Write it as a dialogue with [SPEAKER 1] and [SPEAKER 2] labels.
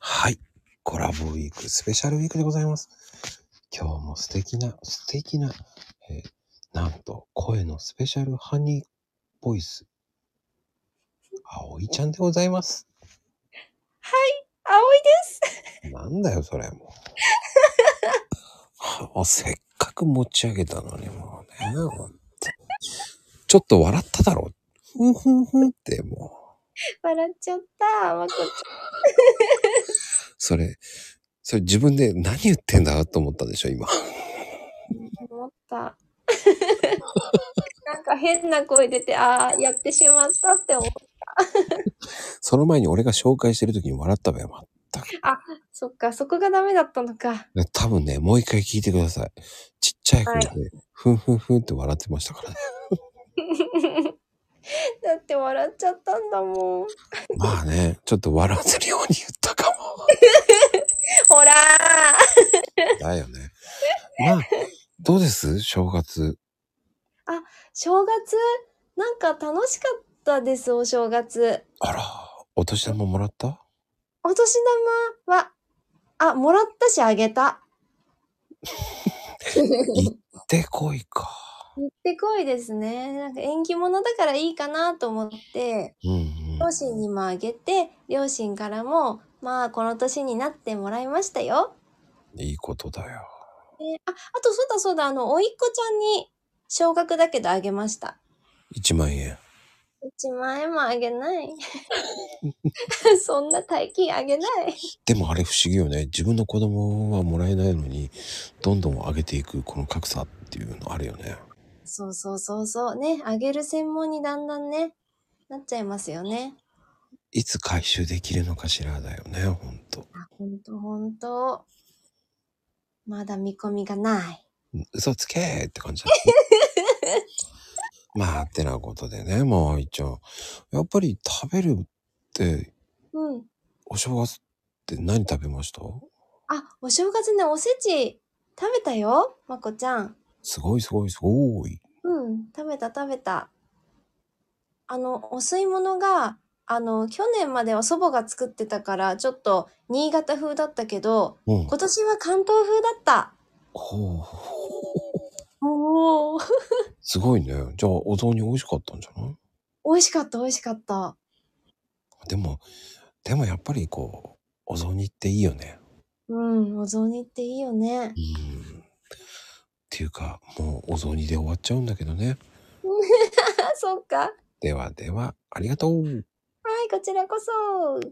[SPEAKER 1] はい。コラボウィーク、スペシャルウィークでございます。今日も素敵な、素敵な、えーなんと、声のスペシャルハニーボイス、葵ちゃんでございます。
[SPEAKER 2] 葵です。
[SPEAKER 1] なんだよ、それもう。もう せっかく持ち上げたのに、もうね、ほんとちょっと笑っただろ。ふんふんふんって、もう。
[SPEAKER 2] 笑っちゃった。まこち
[SPEAKER 1] それ、それ自分で何言ってんだと思ったでしょ、今。
[SPEAKER 2] ゃん思った。 なんか変な声出て、ああ、やってしまったって思う。
[SPEAKER 1] その前に俺が紹介してる時に笑ったべ、まったく。
[SPEAKER 2] そっか、そこがダメだったの か。
[SPEAKER 1] ね多分ね、もう一回聞いてください。ちっちゃい声で、ふんふんふんって笑ってました からね。
[SPEAKER 2] だって笑っちゃったんだもん。
[SPEAKER 1] まあね、ちょっと笑わせるように言ったか も。
[SPEAKER 2] ほらー
[SPEAKER 1] だよね。まあ、どうです正月。
[SPEAKER 2] 正月、なんか楽しかったです、お正月。
[SPEAKER 1] あら、お年玉もらった
[SPEAKER 2] お年玉は、あ、もらったしあげ た。
[SPEAKER 1] でこいか。
[SPEAKER 2] 持ってこいですね。なんか縁起物だからいいかなと思って、
[SPEAKER 1] うんうん。
[SPEAKER 2] 両親にもあげて、両親からも、まあこの年になってもらいましたよ。
[SPEAKER 1] いいことだよ。
[SPEAKER 2] であ、あとそうだそうだ、あの、おいっ子ちゃんに少額だけどあげました。
[SPEAKER 1] 1万円。
[SPEAKER 2] 1万円もあげない。 そんな大金あげない。
[SPEAKER 1] でもあれ不思議よね。自分の子供はもらえないのに、どんどん上げていくこの格差っていうのあるよね。
[SPEAKER 2] そうそうそうそう。ね、あげる専門にだんだんね、なっちゃいますよね。
[SPEAKER 1] いつ回収できるのかしらだよね、ほんと。
[SPEAKER 2] あ、ほんとほんと。まだ見込みがない。
[SPEAKER 1] 嘘つけーって感じだ、ね。まあ、ってなことでね、もう一応。やっぱり食べるって、
[SPEAKER 2] うん。
[SPEAKER 1] お正月って何食べました
[SPEAKER 2] あ、お正月ね、おせち食べたよ、まこちゃん。
[SPEAKER 1] すごいすごいすごい。
[SPEAKER 2] うん、食べた食べた。あの、お吸い物が、あの、去年までは祖母が作ってたから、ちょっと新潟風だったけど、
[SPEAKER 1] うん。
[SPEAKER 2] 今年は関東風だった。
[SPEAKER 1] ほう。
[SPEAKER 2] おお、
[SPEAKER 1] すごいね。じゃあ、お雑煮美味しかったんじゃない
[SPEAKER 2] 美味しかった、美味しかった。
[SPEAKER 1] でも、でもやっぱりこう、お雑煮っていいよね。
[SPEAKER 2] うん、お雑煮っていいよね。
[SPEAKER 1] うん。っていうか、もうお雑煮で終わっちゃうんだけどね。
[SPEAKER 2] あ、そっか。は
[SPEAKER 1] ではでは、ありがとう。
[SPEAKER 2] い、こちらこそ。